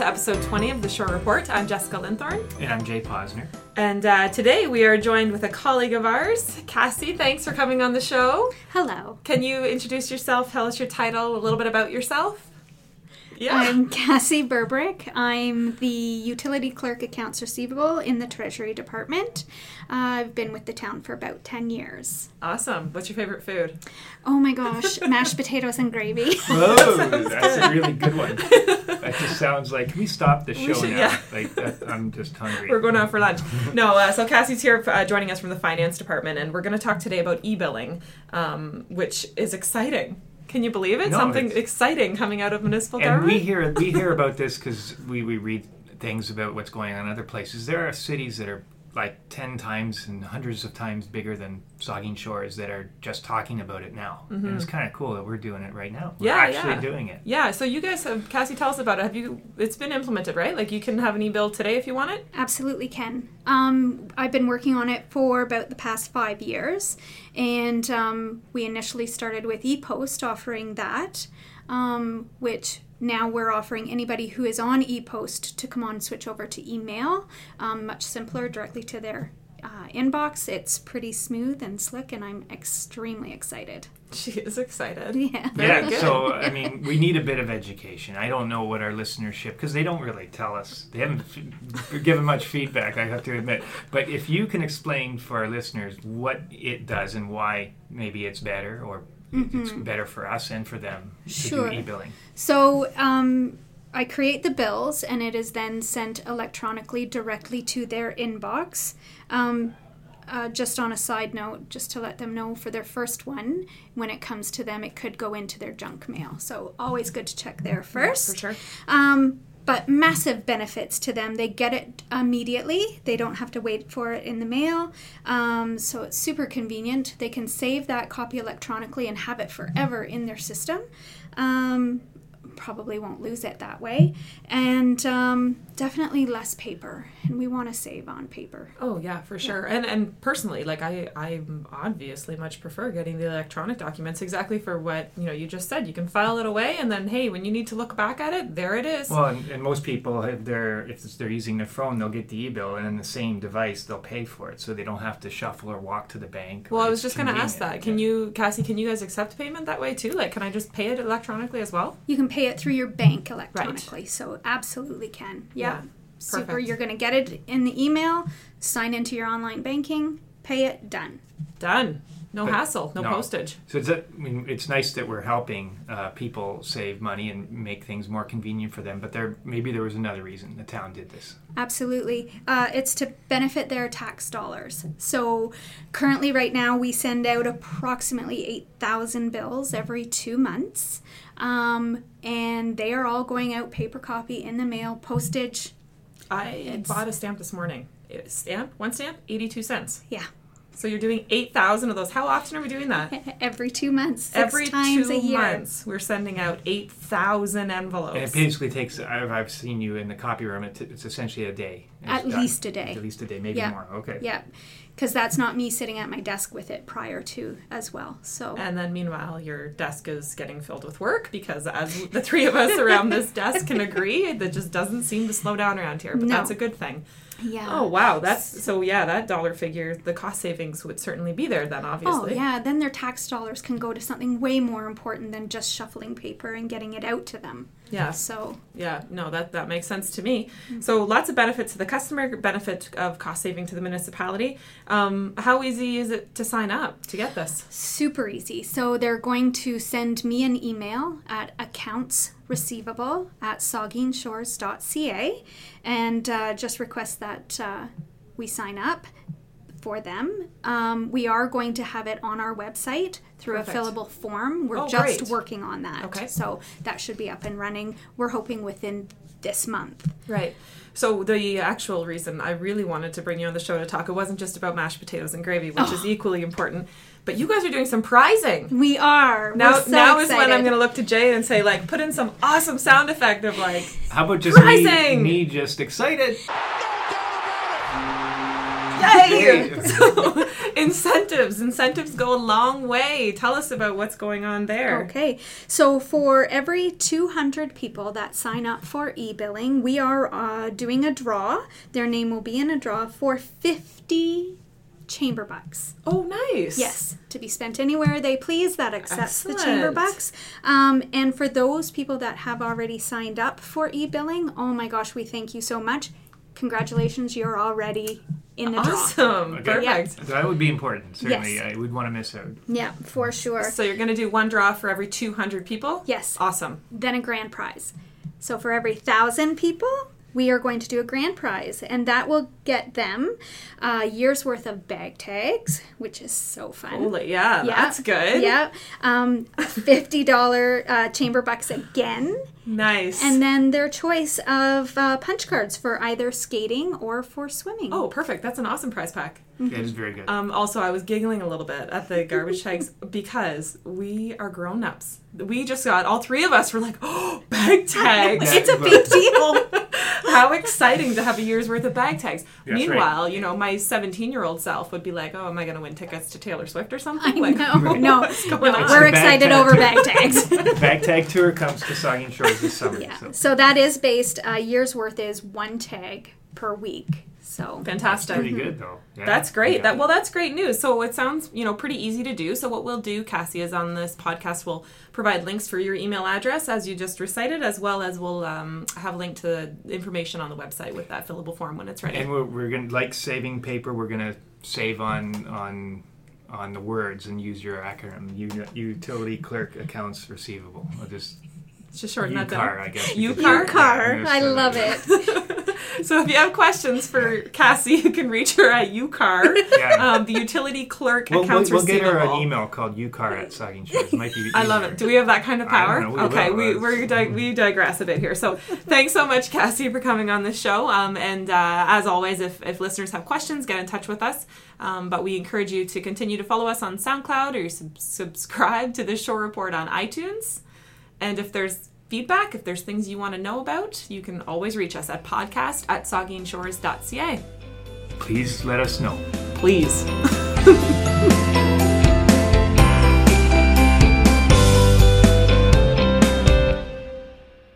episode 20 of The Shore Report. I'm Jessica Linthorn, And I'm Jay Posner. and uh, today we are joined with a colleague of ours, Cassie. Thanks for coming on the show. Hello. Can you introduce yourself, tell us your title, a little bit about yourself? Yeah. I'm Cassie Burbrick. I'm the utility clerk accounts receivable in the Treasury Department. Uh, I've been with the town for about 10 years. awesome. What's your favorite food? Oh my gosh, mashed potatoes and gravy. Whoa, that's a really good one. That just sounds like can we stop the We show should- now? yeah. Like that, I'm just hungry. We're going out for lunch. No, uh, so Cassie's here uh, joining us from the finance department, and we're going to talk today about e billing, um, which is exciting. Can you believe it? No, Something it's- exciting coming out of municipal and government? we hear we hear about this because we we read things about what's going on in other places. There are cities that are like ten times and hundreds of times bigger than Sogging Shores that are just talking about it now, and it's kind of cool that we're doing it right now. We're Mm-hmm. Yeah, actually yeah. doing it. Yeah, so you guys have Cassie, tell us about it. Have you? It's been implemented, right? Like you can have an e-bill today if you want it. Absolutely can. Um, I've been working on it for about the past five years, and um, we initially started with ePost offering that, um, which now we're offering anybody who is on ePost to come on switch over to email. Um, much simpler, directly to their uh, inbox. It's pretty smooth and slick, and I'm extremely excited. She is excited. Yeah. Very yeah, good. so I mean, we need a bit of education. I don't know what our listenership because they don't really tell us. They haven't f- given much feedback. I have to admit. But if you can explain for our listeners what it does and why maybe it's better or it's Mm-hmm. better for us and for them to Sure. do e-billing. So um, I create the bills, and it is then sent electronically directly to their inbox. Um, uh, just on a side note, just to let them know for their first one, when it comes to them, it could go into their junk mail. So always good to check there first. For sure. Um, but massive benefits to them. They get it immediately. They don't have to wait for it in the mail. Um, so it's super convenient. They can save that copy electronically and have it forever in their system. Um, probably won't lose it that way. And um, definitely less paper. And we want to save on paper. Oh yeah, for sure. And and personally, like I I obviously much prefer getting the electronic documents exactly for what you know you just said. You can file it away, and then hey, when you need to look back at it, there it is. Well, and, and most people, if they're if they're using their phone, they'll get the e-bill, and in the same device, they'll pay for it, so they don't have to shuffle or walk to the bank. Well, I was just going to ask that. Can you, Cassie? Can you guys accept payment that way too? Like, can I just pay it electronically as well? You can pay it through your bank electronically. So absolutely can. Yeah, Yeah. Super. perfect. You're going to get it in the email, sign into your online banking, pay it, done. Done. No But- hassle. No, no. postage. So it's, I mean, it's nice that we're helping uh, people save money and make things more convenient for them. But there maybe there was another reason the town did this. Absolutely. Uh, it's to benefit their tax dollars. So, currently, right now, we send out approximately 8,000 bills every two months. Um, and they are all going out paper copy in the mail, postage. I It's- bought a stamp this morning. It- Stamp one stamp, eighty-two cents. Yeah. So you're doing eight thousand of those. How often are we doing that? Every two months, six Every times two a year. months, we're sending out eight thousand envelopes. And it basically takes. I've, I've seen you in the copy room. It t- it's essentially a day. It's At done. least a day. At least a day, maybe Yeah. more. Okay. Yeah, because that's not me sitting at my desk with it prior to as well. So and then meanwhile, your desk is getting filled with work because, as the three of us around this desk can agree, that just doesn't seem to slow down around here. But No. that's a good thing. yeah. Oh wow, that's so yeah. That dollar figure, the cost savings would certainly be there then. Oh Obviously. yeah, then their tax dollars can go to something way more important than just shuffling paper and getting it out to them. Yeah. So Yeah, no, that, that makes sense to me. Mm-hmm. So lots of benefit to the customer, benefit of cost saving to the municipality. Um, how easy is it to sign up to get this? super easy. So they're going to send me an email at accountsreceivable at soggingshores.ca and uh, just request that uh, we sign up for them. Um, we are going to have it on our website through Perfect. a fillable form. We're Oh, just great. working on that. Okay. So that should be up and running. We're hoping within this month. Right. So the actual reason I really wanted to bring you on the show to talk, it wasn't just about mashed potatoes and gravy, which Oh. is equally important, but you guys are doing some prizing. We are. Now, We're so now is when excited. I'm going to look to Jay and say, like, put in some awesome sound effect of like, How about just me, Rising! me just excited? yay! so incentives. Incentives go a long way. Tell us about what's going on there. Okay. So for every 200 people that sign up for e-billing, we are uh, doing a draw. Their name will be in a draw for 50 chamber bucks. Oh, nice. Yes, to be spent anywhere they please. That accepts the chamber Excellent. bucks. Um, and for those people that have already signed up for e-billing, oh my gosh, we thank you so much. Congratulations, you're already in the draw. Awesome. Okay. Perfect. That would be important. Certainly, Yes. Mm-hmm. I would want to miss out. Yeah, for sure. So you're going to do one draw for every 200 people? Yes. Awesome. then a grand prize. So for every thousand people, we are going to do a grand prize, and that will get them a year's worth of bag tags, which is so fun. Holy, yeah, Yeah. that's good. Yep, um, fifty dollar uh, chamber bucks again, Nice. and then their choice of uh, punch cards for either skating or for swimming. oh, perfect. That's an awesome prize pack. That is very good. Um, also, I was giggling a little bit at the garbage tags because we are grown ups. We just got all three of us were like, oh, bag tags. Yeah, it's a but- big deal. How exciting to have a year's worth of bag tags. That's right. Meanwhile, you know, my 17 year old self would be like, oh, am I going to win tickets to Taylor Swift or I something? Like, know. No, oh what's going on? It's we're a bag excited tag over too. bag tags. Bag tag tour comes to Saugeen Shores this summer. Yeah. So. So that is based. Uh, year's worth is one tag per week. So Fantastic. Pretty good though. Yeah. That's great. Yeah. That well, that's great news. So it sounds you know pretty easy to do. So what we'll do, Cassie, is on this podcast we'll provide links for your email address as you just recited, as well as we'll um, have a link to information on the website with that fillable form when it's ready. And we're, we're gonna like saving paper. We're gonna save on on on the words and use your acronym U- utility clerk accounts receivable. I'll just just shorten that UCAR, down. I guess. You could car. do it. car. Yeah, I so- love it. So if you have questions for Cassie, you can reach her at UCAR, Yeah. um, the utility clerk We'll, we'll, accounts we'll get receivable. her an email called UCAR at Saugeen Shores. Might be I love easier. it. Do we have that kind of I don't power? know. We okay, will. we That's- we're di- we digress a bit here. So thanks so much, Cassie, for coming on the show. Um, and uh, as always, if, if listeners have questions, get in touch with us. Um, but we encourage you to continue to follow us on SoundCloud or sub- subscribe to the Shore Report on iTunes. And if there's feedback, if there's things you want to know about, you can always reach us at podcast at soggingshores.ca. Please let us know. Please.